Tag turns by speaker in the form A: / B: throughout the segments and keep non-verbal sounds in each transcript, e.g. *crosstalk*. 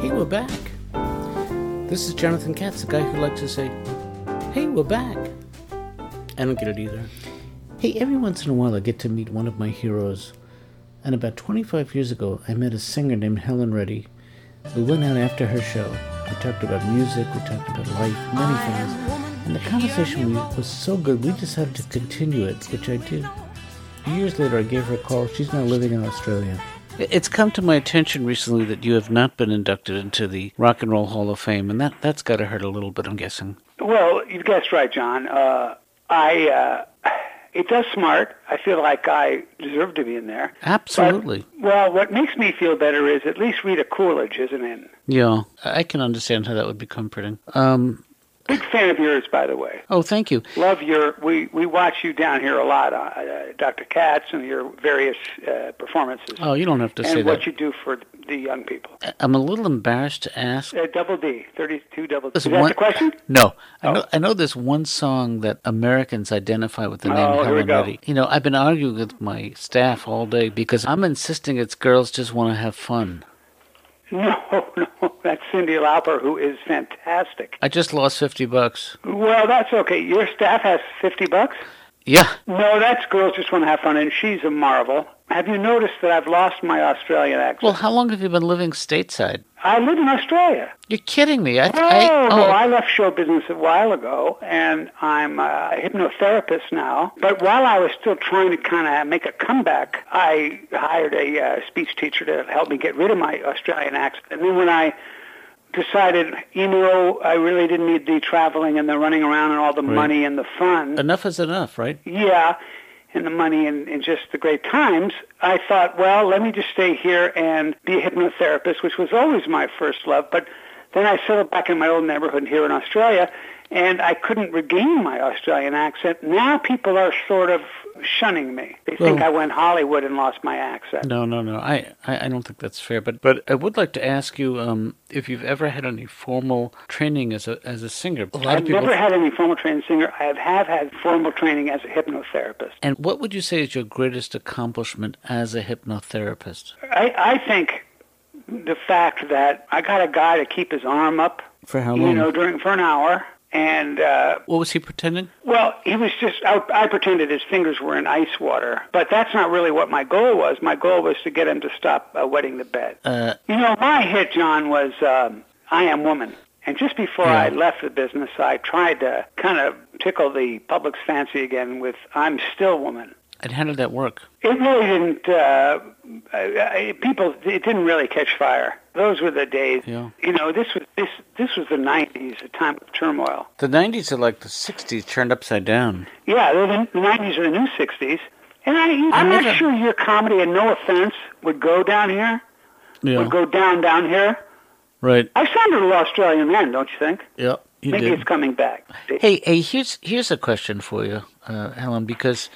A: Hey, we're back. This is Jonathan Katz, the guy who likes to say, Hey, we're back. I don't get it either. Hey, every once in a while I get to meet one of my heroes. And about 25 years ago, I met a singer named Helen Reddy. We went out after her show. We talked about music, we talked about life, many things. And the conversation we, was so good, we decided to continue it, which I did. Years later, I gave her a call. She's now living in Australia. It's come to my attention recently that you have not been inducted into the Rock and Roll Hall of Fame, and that, that's got to hurt a little bit, I'm guessing.
B: Well, you guessed right, John. Uh, I uh, it does smart. I feel like I deserve to be in there.
A: Absolutely.
B: But, well, what makes me feel better is at least Rita Coolidge isn't in.
A: Yeah, I can understand how that would be comforting. Um,
B: Big fan of yours, by the way.
A: oh, thank you.
B: Love your. We we watch you down here a lot, uh, uh, Dr. Katz, and your various uh, performances,
A: Oh, you don't have to say
B: and what
A: that.
B: you do for the young people.
A: I- I'm a little embarrassed to ask.
B: Uh, double D, thirty-two double D. Is
A: There's
B: that
A: one-
B: the question? *laughs*
A: No,
B: Oh.
A: I know. I know there's one song that Americans identify with the name
B: Oh, here we
A: Helen
B: go.
A: Reddy. You know, I've been arguing with my staff all day because I'm insisting it's girls just want to have fun.
B: No, no, that's Cindy Lauper, who is fantastic.
A: I just lost fifty bucks.
B: Well, that's okay. Your staff has fifty bucks.
A: Yeah,
B: No, that's girls just want to have fun, and she's a marvel. Have you noticed that I've lost my Australian accent?
A: Well, how long have you been living stateside?
B: I live in Australia.
A: You're kidding me. I,
B: Oh,
A: I,
B: no, I left show business a while ago, and I'm a hypnotherapist now. But while I was still trying to kind of make a comeback, I hired a uh, speech teacher to help me get rid of my Australian accent. And then when I decided, you know, I really didn't need the traveling and the running around and all the money and the fun.
A: enough is enough, right?
B: yeah, and the money and, and just the great times, I thought, well, let me just stay here and be a hypnotherapist, which was always my first love. But then I settled back in my old neighborhood here in Australia, and I couldn't regain my Australian accent. Now people are sort of shunning me. They think
A: Well-
B: I went Hollywood and lost my accent.
A: No, no, no. I, I, I don't think that's fair. But, but I would like to ask you um, if you've ever had any formal training as a as a singer. A lot
B: I've
A: of people.
B: never had any formal training singer. I have, have had formal training as a hypnotherapist.
A: and what would you say is your greatest accomplishment as a hypnotherapist?
B: I, I think the fact that I got a guy to keep his arm up
A: For how
B: you
A: long?
B: know, during for an hour. And uh,
A: what was he pretending?
B: well, he was just. I, I pretended his fingers were in ice water, but that's not really what my goal was. My goal was to get him to stop uh, wetting the bed.
A: Uh,
B: You know, my hit, John, was um, "I Am Woman," and just before
A: Yeah.
B: I left the business, I tried to kind of tickle the public's fancy again with "I'm Still Woman."
A: and how did that work?
B: It really didn't. Uh, I, I, people, it didn't really catch fire. Those were the days.
A: Yeah.
B: You know, this was this this was the '90s, a time of turmoil.
A: The 90s are like the 60s turned upside down.
B: Yeah, they're the, the 90s are the new 60s. And I, I'm
A: never-
B: not sure your comedy, and no offense, would go down here,
A: Yeah.
B: would go down down here.
A: Right.
B: I sound a little Australian man, don't you think?
A: Yeah. You
B: Maybe
A: did.
B: it's coming back.
A: Hey, hey, here's here's a question for you, uh, Helen, because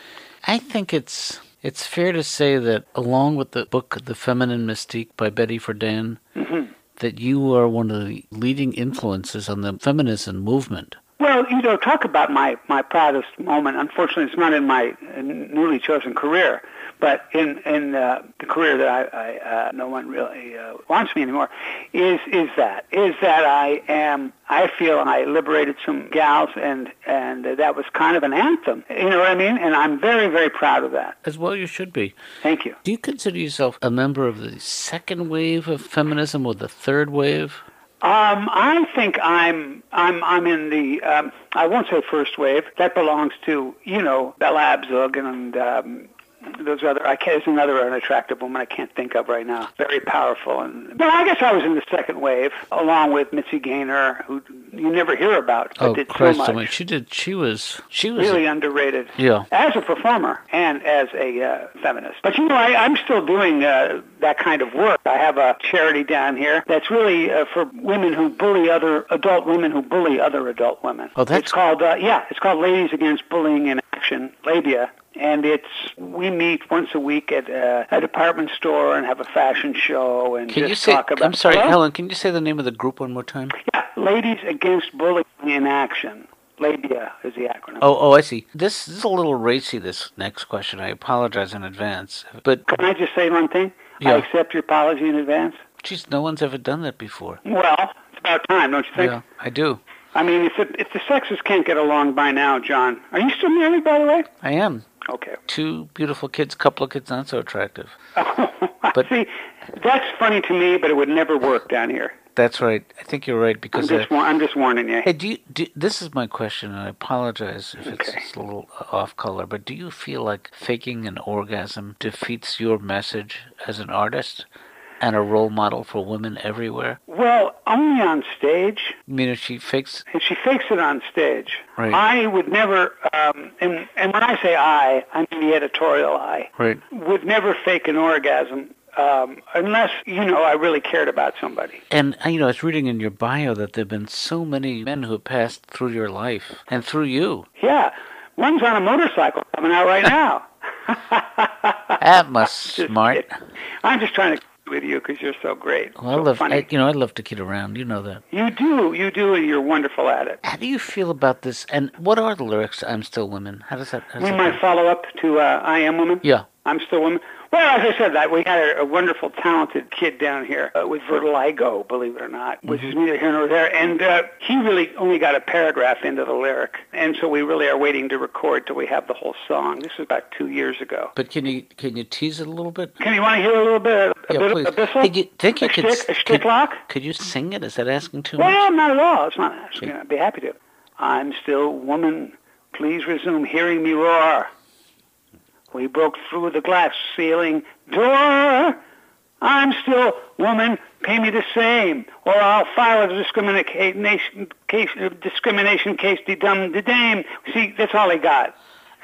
A: I think it's it's fair to say that along with the book The Feminine Mystique by Betty Friedan,
B: Mm-hmm.
A: that you are one of the leading influences on the feminism movement.
B: Well, you know, talk about my, my proudest moment. Unfortunately, it's not in my uh, newly chosen career, but in in uh, the career that I, I uh, no one really uh, wants me anymore. Is is that is that I am? I feel I liberated some gals, and and that was kind of an anthem. You know what I mean? And I'm very very proud of that.
A: As well you should be.
B: Thank you.
A: Do you consider yourself a member of the second wave of feminism or the third wave?
B: Um, I think I'm I'm I'm in the um, I won't say first wave. That belongs to you know Bell Abzug and um, those other. I can't, there's another unattractive woman I can't think of right now. Very powerful and well, I guess I was in the second wave along with Mitzi Gaynor, who you never hear about, but
A: oh
B: did
A: Christ
B: so
A: almighty.
B: much.
A: She did she was she was
B: Really underrated.
A: Yeah.
B: As a performer and as a uh, feminist. But you know, I, I'm still doing uh, that kind of work. I have a charity down here that's really uh, for women who bully other adult women who bully other adult women.
A: Oh, that's-
B: it's called uh, yeah, it's called Ladies Against Bullying in Action, Labia. And it's we meet once a week at uh, a department store and have a fashion show and
A: Can
B: just
A: you say
B: talk about.
A: I'm sorry,
B: Hello?
A: Helen, can you say the name of the group one more time?
B: Yeah, Ladies Against Bullying in Action, Labia is the acronym.
A: Oh, oh, I see. This, this is a little racy. This next question, I apologize in advance, but
B: Can I just say one thing?
A: Yeah.
B: I accept your apology in advance.
A: Jeez, no one's ever done that before.
B: Well, it's about time, don't you think?
A: Yeah, I do.
B: I mean, if the, if the sexes can't get along by now, John, are you still married, by the way?
A: I am.
B: *laughs* Okay.
A: Two beautiful kids, couple of kids not so attractive.
B: but see, that's funny to me, but it would never work down here.
A: That's right. I think you're right
B: I'm
A: because uh,
B: just, wa- I'm just warning you.
A: hey, do you, do, this is my question, and I apologize if it's,
B: Okay.
A: it's a little off color, but do you feel like faking an orgasm defeats your message as an artist and a role model for women everywhere?
B: Well, only on stage,
A: I mean, if she fakes,
B: and she fakes it on stage.
A: Right.
B: I would never, um, and, and when I say I, I mean the editorial I.
A: right?
B: would never fake an orgasm um, unless you know I really cared about somebody.
A: And uh, you know, I was reading in your bio that there've been so many men who passed through your life and through you.
B: Yeah, one's on a motorcycle coming
A: *laughs*
B: out right now. *laughs*
A: That must smart.
B: I'm just trying to with you because you're so great.
A: Well, I
B: so
A: love,
B: funny.
A: I, you know, I love to kid around. You know that.
B: you do, you do, and you're wonderful at it.
A: How do you feel about this? And what are the lyrics? to I'm still women. How does that? How does
B: We
A: that
B: might
A: go?
B: follow up to uh, I Am Woman.
A: Yeah.
B: I'm still woman. Well, as I said, that we had a, a wonderful, talented kid down here uh, with vertigo, believe it or not, which
A: Mm-hmm.
B: is neither here nor there. And uh, he really only got a paragraph into the lyric, and so we really are waiting to record till we have the whole song. This was about two years ago.
A: But can you can you tease it a little bit?
B: Can you want to hear a little bit? A
A: yeah,
B: bit
A: please.
B: of this
A: Think you, think you
B: a
A: could, s-
B: shtick, a
A: could,
B: shtick lock?
A: could you sing it? Is that asking too much?
B: Well, not at all. It's not. It's gonna- I'd be happy to. I'm still woman. Please resume hearing me roar. We broke through the glass ceiling door. I'm still woman. Pay me the same, or I'll file a discrimination case. Discrimination case. De dum de dame. See, that's all he got.
A: Oh,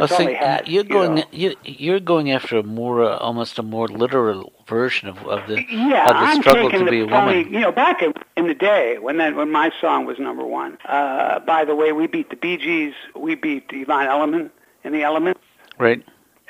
B: That's all
A: so
B: he had.
A: you're
B: you
A: going
B: know.
A: you, you're going after a more uh, almost a more literal version of, of the
B: Yeah,
A: of the
B: I'm
A: struggle
B: taking
A: to be
B: the
A: a
B: phony,
A: woman.
B: You know, back in, in the day when that when my song was number one. Uh, by the way, we beat the Bee Gees, we beat Yvonne Elliman and the Elements,
A: right?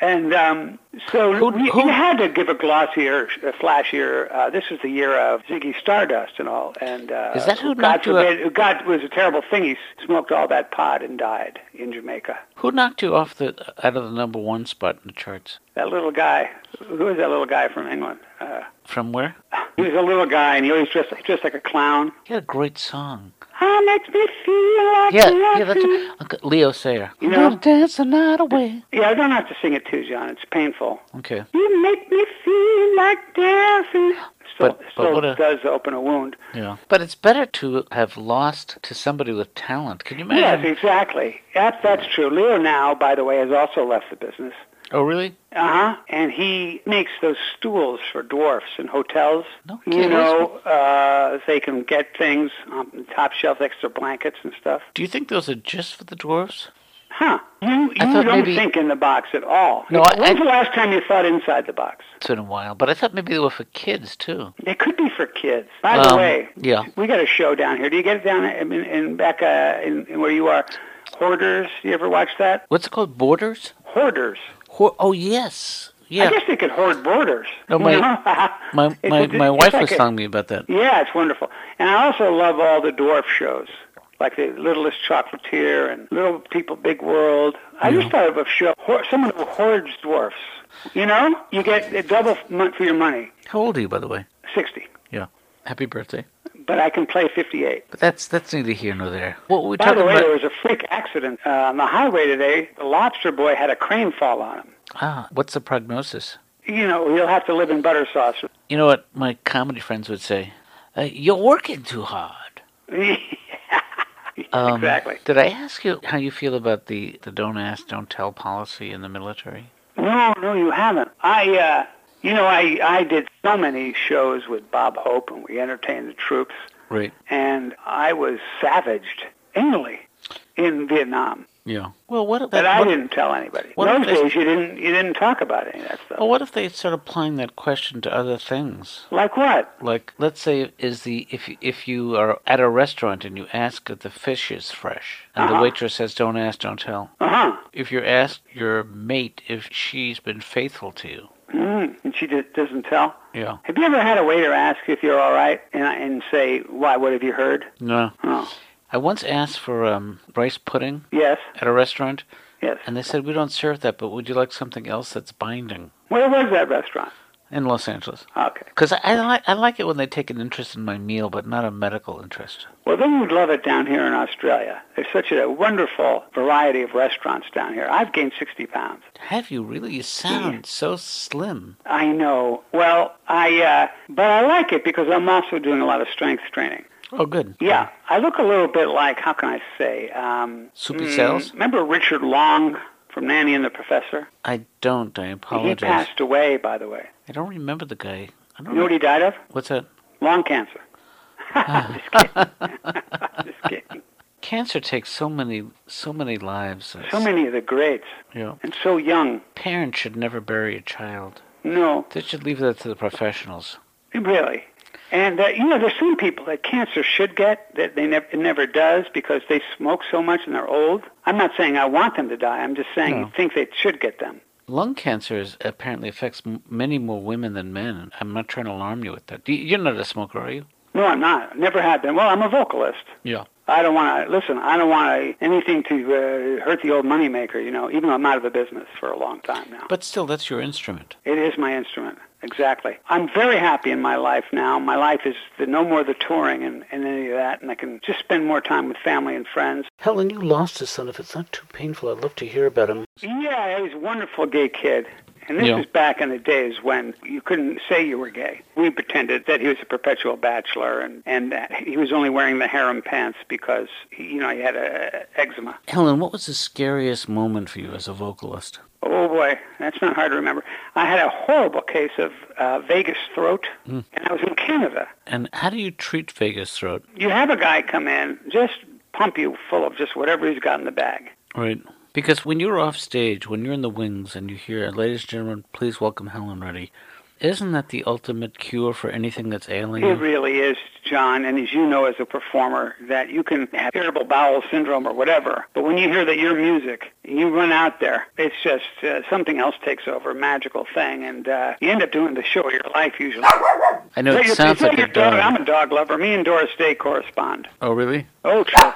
B: and um, so
A: Who-
B: we,
A: who-
B: you had to give a glossier, a flashier. Uh, this is the year of Ziggy Stardust and all. And uh,
A: Is that who
B: God
A: knocked you out?
B: forbid, God was a terrible thing. He smoked all that pot and died in Jamaica.
A: Who knocked you off the out of the number one spot in the charts?
B: That little guy, who was that little guy from England? Uh,
A: From where?
B: he was a little guy, and he always dressed dressed like a clown.
A: He had a great song.
B: Ah, makes me feel like
A: Yeah,
B: nothing.
A: yeah, that's Uncle Leo Sayer.
B: You
A: I'm
B: know-
A: gonna dance the night away.
B: Yeah, I don't have to sing it too, John. It's painful.
A: Okay.
B: You make me feel like dancing. Still,
A: But- but
B: still
A: what a-
B: does open a wound.
A: Yeah. But it's better to have lost to somebody with talent. Can you
B: Yes,
A: imagine?
B: exactly. That, that's true. Leo now, by the way, has also left the business.
A: Oh, really?
B: Uh huh. And he makes those stools for dwarfs in hotels.
A: No
B: you
A: kidding.
B: know, uh, they can get things on the top shelf, extra blankets and stuff.
A: Do you think those are just for the dwarfs?
B: Huh. You, you
A: I
B: don't
A: thought maybe-
B: think in the box at all.
A: No, I-
B: When's
A: I-
B: the last time you thought inside the box?
A: It's been a while, but I thought maybe they were for kids too.
B: They could be for kids. By the
A: Um,
B: way,
A: yeah.
B: we got a show down here. Do you get it down in, in back uh, in, in where you are? Hoarders. You ever watch that?
A: What's it called? Borders?
B: Hoarders.
A: Ho- oh yes,
B: I
A: yeah.
B: guess they could hoard borders.
A: No, my-
B: You know? *laughs*
A: My
B: It's
A: my
B: a-
A: my
B: it's
A: wife
B: like
A: was
B: a-
A: telling me about that.
B: Yeah, it's wonderful. And I also love all the dwarf shows, like the Littlest Chocolatier and Little People, Big World. I just thought of a show, ho- someone who hoards dwarfs. You know, you get a double mon- for your money,
A: How old are you, by the way?
B: sixty.
A: Yeah. Happy birthday.
B: But I can play fifty-eight.
A: But that's that's neither here nor there. What were we
B: By
A: talking
B: the way, there
A: about?
B: was a freak accident uh, on the highway today. The lobster boy had a crane fall on him.
A: Ah, what's the prognosis?
B: You know, he'll have to live in butter sauce. *laughs*
A: You know what my comedy friends would say? Uh, you're working too hard. Um,
B: exactly.
A: Did I ask you how you feel about the, the don't ask, don't tell policy in the military?
B: No, no, you haven't. I, uh, you know, I, I did so many shows with Bob Hope, and we entertained the troops,
A: Right.
B: and I was savaged anally in Vietnam.
A: Yeah. Well, what if
B: But I
A: what-
B: didn't tell anybody.
A: what
B: Those
A: if they- Oh.
B: days, you didn't, you didn't talk about any of that stuff.
A: Well, what if they start applying that question to other things?
B: Like what?
A: Like, let's say, is the if you- if you are at a restaurant and you ask if the fish is fresh, and the
B: Uh-huh.
A: waitress says, "Don't ask, don't tell."
B: Uh huh.
A: If you're asked your mate if she's been faithful to you,
B: Mm, and she just doesn't tell.
A: yeah,
B: Have you ever had a waiter ask if you're all right and, and say, why, what have you heard?
A: no.
B: Oh,
A: I once asked for um, rice pudding
B: yes,
A: at a restaurant,
B: yes.
A: and they said, "We don't serve that, but would you like something else that's binding?"
B: Where was that restaurant?
A: in Los Angeles.
B: Okay.
A: Because I, I, li- I like it when they take an interest in my meal, but not a medical interest.
B: Well, then you'd love it down here in Australia. There's such a wonderful variety of restaurants down here. I've gained 60 pounds.
A: Have you really? You sound so slim.
B: I know. Well, I uh, but I like it because I'm also doing a lot of strength training.
A: Oh, good.
B: Yeah, I look a little bit like how can I say? Um,
A: Soupy sales?
B: Remember Richard Long from Nanny and the Professor?
A: I don't. I
B: He
A: apologize.
B: passed away, by the way.
A: I don't remember the guy. I don't
B: You know what he died of?
A: What's that?
B: Lung cancer. *laughs* Just kidding.
A: Ah.
B: *laughs* Just kidding.
A: Cancer takes so many, so many lives.
B: So many of the greats,
A: You know,
B: and so young.
A: parents should never bury a child.
B: No,
A: They should leave that to the professionals.
B: really. And uh, you know, there's some people that cancer should get that they never it never does because they smoke so much and they're old. I'm not saying I want them to die. I'm just saying
A: No.
B: you think they should get them.
A: Lung cancer is, apparently affects m- many more women than men. I'm not trying to alarm you with that. Y- You're not a smoker, are you?
B: No, I'm not. Never have been. Well, I'm a vocalist.
A: Yeah.
B: I don't want to listen. I don't want anything to uh, hurt the old moneymaker. You know, even though I'm out of the business for a long time now.
A: But still, that's your instrument.
B: It is my instrument. Exactly. I'm very happy in my life now. My life is the, no more the touring and, and any of that, and I can just spend more time with family and friends.
A: Helen, you lost a son. If it's not too painful, I'd love to hear about him.
B: Yeah, he was a wonderful gay kid. And this
A: Yeah.
B: was back in the days when you couldn't say you were gay. We pretended that he was a perpetual bachelor and, and that he was only wearing the harem pants because, he, you know, he had a, eczema.
A: Helen, what was the scariest moment for you as a vocalist?
B: Oh boy, that's not hard to remember. I had a horrible case of uh, Vegas throat, and I was in Canada.
A: And how do you treat Vegas throat?
B: you have a guy come in, just pump you full of just whatever he's got in the bag.
A: Right. Because when you're off stage, when you're in the wings and you hear, ladies and gentlemen, please welcome Helen Reddy, isn't that the ultimate cure for anything that's ailing
B: It
A: you?
B: really is, John, and as you know as a performer, that you can have irritable bowel syndrome or whatever, but when you hear that your music, you run out there, it's just uh, something else takes over, a magical thing, and uh, you end up doing the show of your life usually.
A: I know it
B: Is that
A: sounds like
B: your- is that
A: a
B: your dog?
A: dog.
B: I'm a dog lover. Me and Doris Day correspond.
A: Oh, really?
B: Oh, sure.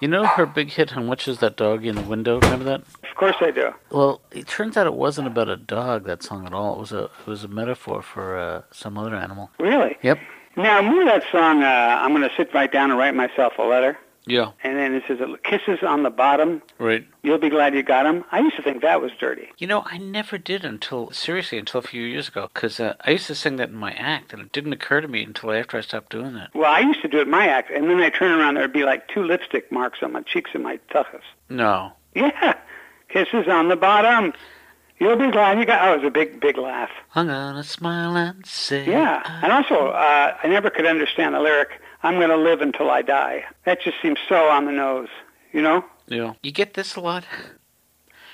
A: You know her big hit on Which Is That Dog in the Window? Remember that?
B: Of course I do.
A: Well, it turns out it wasn't about a dog, that song at all. It was a, it was a metaphor for uh, some other animal.
B: Really?
A: Yep.
B: Now, move that song, uh, I'm going to sit right down and write myself a letter.
A: Yeah,
B: And then it says, kisses on the bottom.
A: right.
B: You'll be glad you got 'em. I used to think that was dirty.
A: You know, I never did until, seriously, until a few years ago, because uh, I used to sing that in my act, and it didn't occur to me until after I stopped doing that.
B: Well, I used to do it my act, and then I turn around, there'd be like two lipstick marks on my cheeks and my tuchus.
A: No.
B: Yeah, kisses on the bottom. You'll be glad you got. Oh, it was a big, big laugh.
A: I'm gonna smile and say.
B: Yeah,
A: I-
B: and also, uh, I never could understand the lyric. I'm going to live until I die. That just seems so on the nose. You know,
A: yeah. You get this a lot?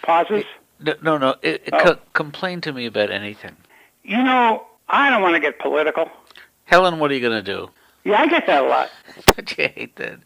B: pauses.
A: No, no. no. It, it
B: Oh.
A: co- complain to me about anything.
B: You know, I don't want to get political.
A: Helen, what are you gonna do? *laughs*
B: Yeah, I get that a lot.
A: Don't you hate that?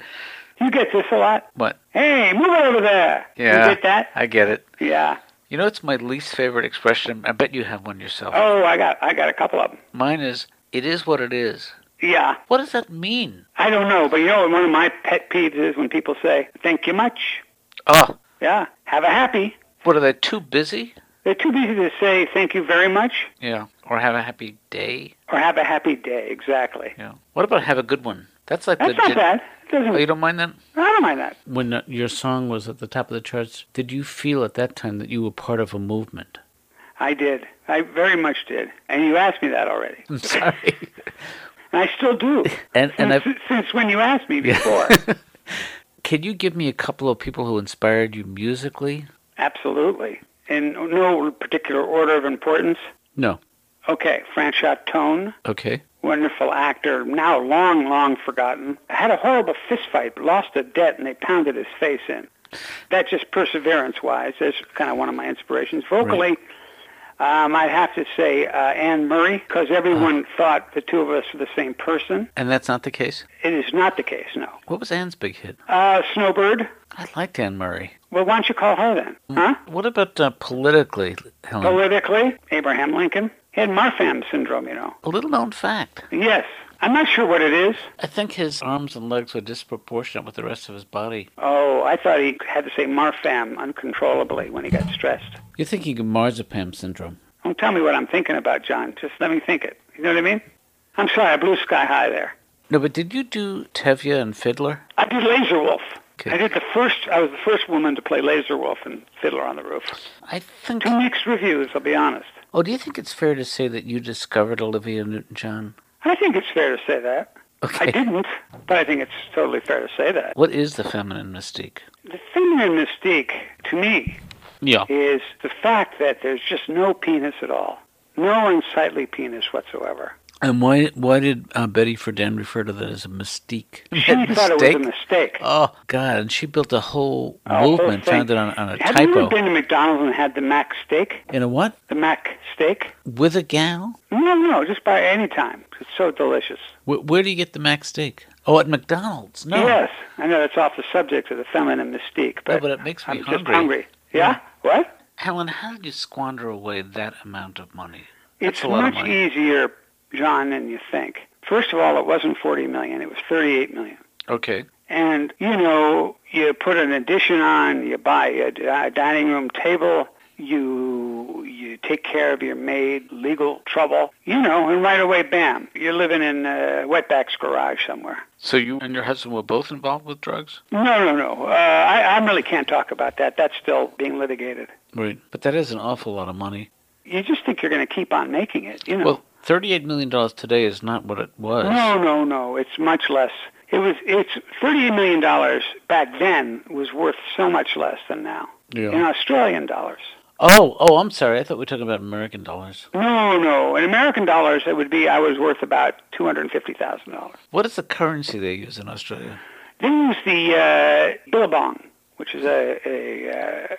B: You get this a lot.
A: What?
B: Hey, move over there.
A: Yeah.
B: You get that?
A: I get it.
B: Yeah.
A: You know, it's my least favorite expression. I bet you have one yourself.
B: Oh, I got I got a couple of them.
A: Mine is, it is what it is.
B: Yeah,
A: What does that mean?
B: I don't know, but you know what one of my pet peeves is when people say "thank you much."
A: Oh,
B: Yeah, have a happy.
A: what are they, too busy?
B: They're too busy to say "thank you very much"
A: Yeah. Or have a happy day?
B: or "have a happy day." Exactly.
A: Yeah. What about have a good one? That's like
B: That's
A: the.
B: not
A: gen-
B: bad. It doesn't.
A: Oh, you don't mind that?
B: I don't mind that.
A: When uh, your song was at the top of the charts, did you feel at that time that you were part of a movement? *laughs*
B: I did. I very much did. And you asked me that already,
A: I'm sorry.
B: and I still do.
A: And *laughs* and
B: since,
A: I,
B: since when you asked me
A: *laughs*
B: before.
A: can you give me a couple of people who inspired you musically?
B: Absolutely. In no particular order of importance.
A: No.
B: Okay, Franchot Tone.
A: Okay.
B: wonderful actor, now long, long forgotten, had a horrible fist fight, lost a debt, and they pounded his face in. That just perseverance-wise is kind of one of my inspirations. Vocally, um, I'd have to say uh, Anne Murray, because everyone thought the two of us were the same person.
A: And that's not the case.
B: It is not the case, no.
A: What was Anne's big hit?
B: Uh, Snowbird,
A: I liked Anne Murray.
B: well, why don't you call her then?
A: Hmm.
B: Huh?
A: What about uh, politically, Helen?
B: Politically, Abraham Lincoln. He had Marfan syndrome, you know.
A: a little known fact.
B: Yes. I'm not sure what it is.
A: I think his arms and legs were disproportionate with the rest of his body.
B: Oh, I thought he had to say Marfan uncontrollably when he got stressed.
A: You're thinking of marzipan syndrome.
B: Don't tell me what I'm thinking about, John. Just let me think it. You know what I mean? I'm sorry, I blew sky high there.
A: No, but did you do Tevye and Fiddler?
B: I did Laser Wolf.
A: Okay.
B: I did the first. I was the first woman to play Laser Wolf and Fiddler on the Roof.
A: I think.
B: Two mixed reviews. I'll be honest.
A: Oh, do you think it's fair to say that you discovered Olivia Newton-John?
B: I think it's fair to say that.
A: Okay.
B: I didn't, but I think it's totally fair to say that.
A: What is the feminine mystique?
B: The feminine mystique, to me,
A: Yeah.
B: is the fact that there's just no penis at all. No unsightly penis whatsoever.
A: And why why did uh, Betty Friedan refer to that as a mystique?
B: She thought it was a mistake.
A: Oh God! And she built a whole
B: A whole
A: movement
B: thing.
A: founded on, on a
B: Have you
A: typo
B: ever been to McDonald's and had the Mac steak?
A: in a what
B: The Mac steak?
A: with a gal?
B: No, no, just by any time. It's so delicious.
A: Where, where do you get the Mac steak? Oh, at McDonald's. No.
B: Yes, I know that's off the subject of the feminine mystique, but,
A: No, but it makes me
B: I'm just
A: hungry.
B: hungry. Yeah? What?
A: Helen, how did you squander away that amount of money? That's
B: It's
A: a lot of
B: much
A: money.
B: easier, John, than you think. First of all, it wasn't 40 million; it was 38 million.
A: Okay.
B: And you know, you put an addition on, you buy a, d- a dining room table, you you take care of your maid, legal trouble, you know, and right away, bam, you're living in uh, Wetback's garage somewhere.
A: So you and your husband were both involved with drugs?
B: No, no, no. Uh, I, I really can't talk about that. That's still being litigated.
A: Right. But that is an awful lot of money.
B: You just think you're going to keep on making it, you know?
A: Well, uh, thirty-eight million dollars today is not what it was.
B: No, no, no. It's much less. It was. It's thirty-eight million dollars back then was worth so much less than now
A: Yeah.
B: in Australian dollars.
A: Oh, oh, I'm sorry. I thought we were talking about American dollars.
B: No, no. In American dollars, it would be I was worth about two hundred fifty thousand dollars.
A: What is the currency they use in Australia?
B: They use the uh, billabong, which is a a,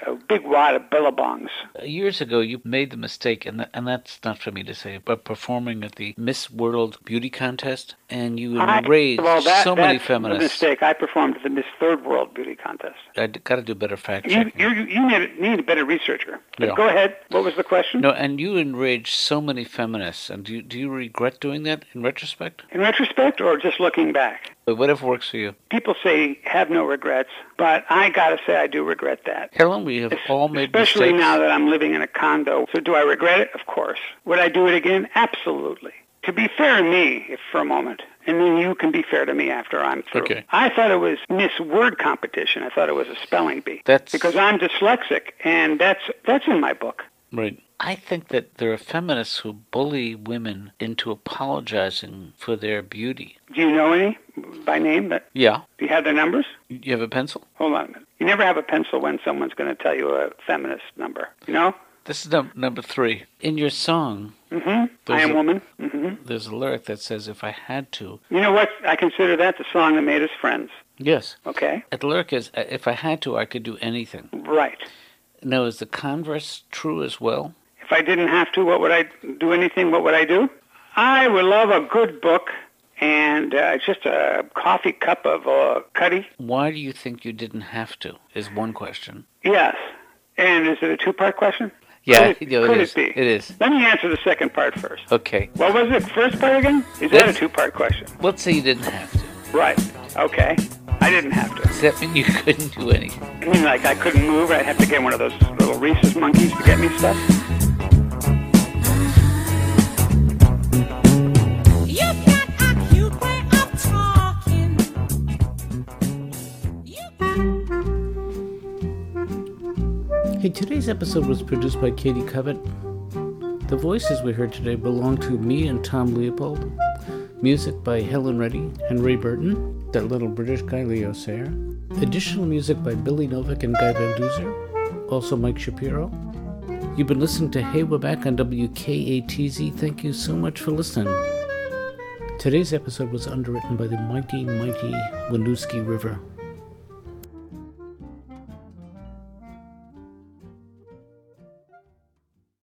B: uh, a big wad of billabongs.
A: Uh, Years ago, you made the mistake, and, th- and that's not for me to say, but performing at the Miss World Beauty Contest, and you
B: I-
A: enraged
B: well, that,
A: so many
B: that's the
A: feminists.
B: mistake. I performed at the Miss Third World Beauty Contest.
A: I got to do better fact
B: You
A: checking.
B: you, you need, need a better researcher. But
A: Yeah.
B: Go ahead. What was the question?
A: No, and you enraged so many feminists. And do you, do you regret doing that in retrospect?
B: In retrospect, or just looking back?
A: But whatever works for you.
B: People say have no regrets, but I gotta say I do regret that.
A: Helen, we have all made
B: Especially
A: mistakes.
B: now that I'm living in a condo. So do I regret it? Of course. Would I do it again? Absolutely. To be fair to me, if for a moment, and then you can be fair to me after I'm through.
A: Okay.
B: I thought it was Miss Word competition. I thought it was a spelling bee.
A: That's-
B: because I'm dyslexic, and that's that's in my book.
A: Right. I think that there are feminists who bully women into apologizing for their beauty.
B: Do you know any by name? That
A: Yeah.
B: do you have their numbers?
A: You have a pencil?
B: Hold on a minute. You never have a pencil when someone's going to tell you a feminist number. You know?
A: This is num- number three. In your song,
B: Mm-hmm. I
A: Those
B: am
A: are-
B: woman. hmm
A: there's a lyric that says, If I had to.
B: You know what? I consider that the song that made us friends.
A: Yes.
B: Okay,
A: Uh, The lyric is, "Uh, If I had to, I could do anything.
B: right.
A: Now, is the converse true as well?
B: If I didn't have to, what would I do? Anything? What would I do? I would love a good book and uh, just a coffee cup of uh, cuddy.
A: Why do you think you didn't have to? Is one question.
B: Yes. And is it a two-part question?
A: Yeah,
B: Could it,
A: you know,
B: could
A: it, is.
B: be?
A: it is.
B: Let me answer the second part first.
A: Okay.
B: What was it? First part again? Is that a
A: Yes.
B: two-part question?
A: Let's say you didn't have to.
B: Right. Okay. I didn't have to.
A: Does that mean you *laughs* couldn't do anything?
B: I mean, like I couldn't move. I'd have to get one of those little Reese's monkeys to get me stuff.
C: You've got a cute way of talking. You've got
A: Hey, today's episode was produced by Katie Covet. The voices we heard today belong to me and Tom Leopold. Music by Helen Reddy and Ray Burton, that little British guy Leo Sayer. Additional music by Billy Novick and Guy Van Duzer, also Mike Shapiro. You've been listening to Hey We're Back on WKATZ. Thank you so much for listening. Today's episode was underwritten by the mighty, mighty Winooski River.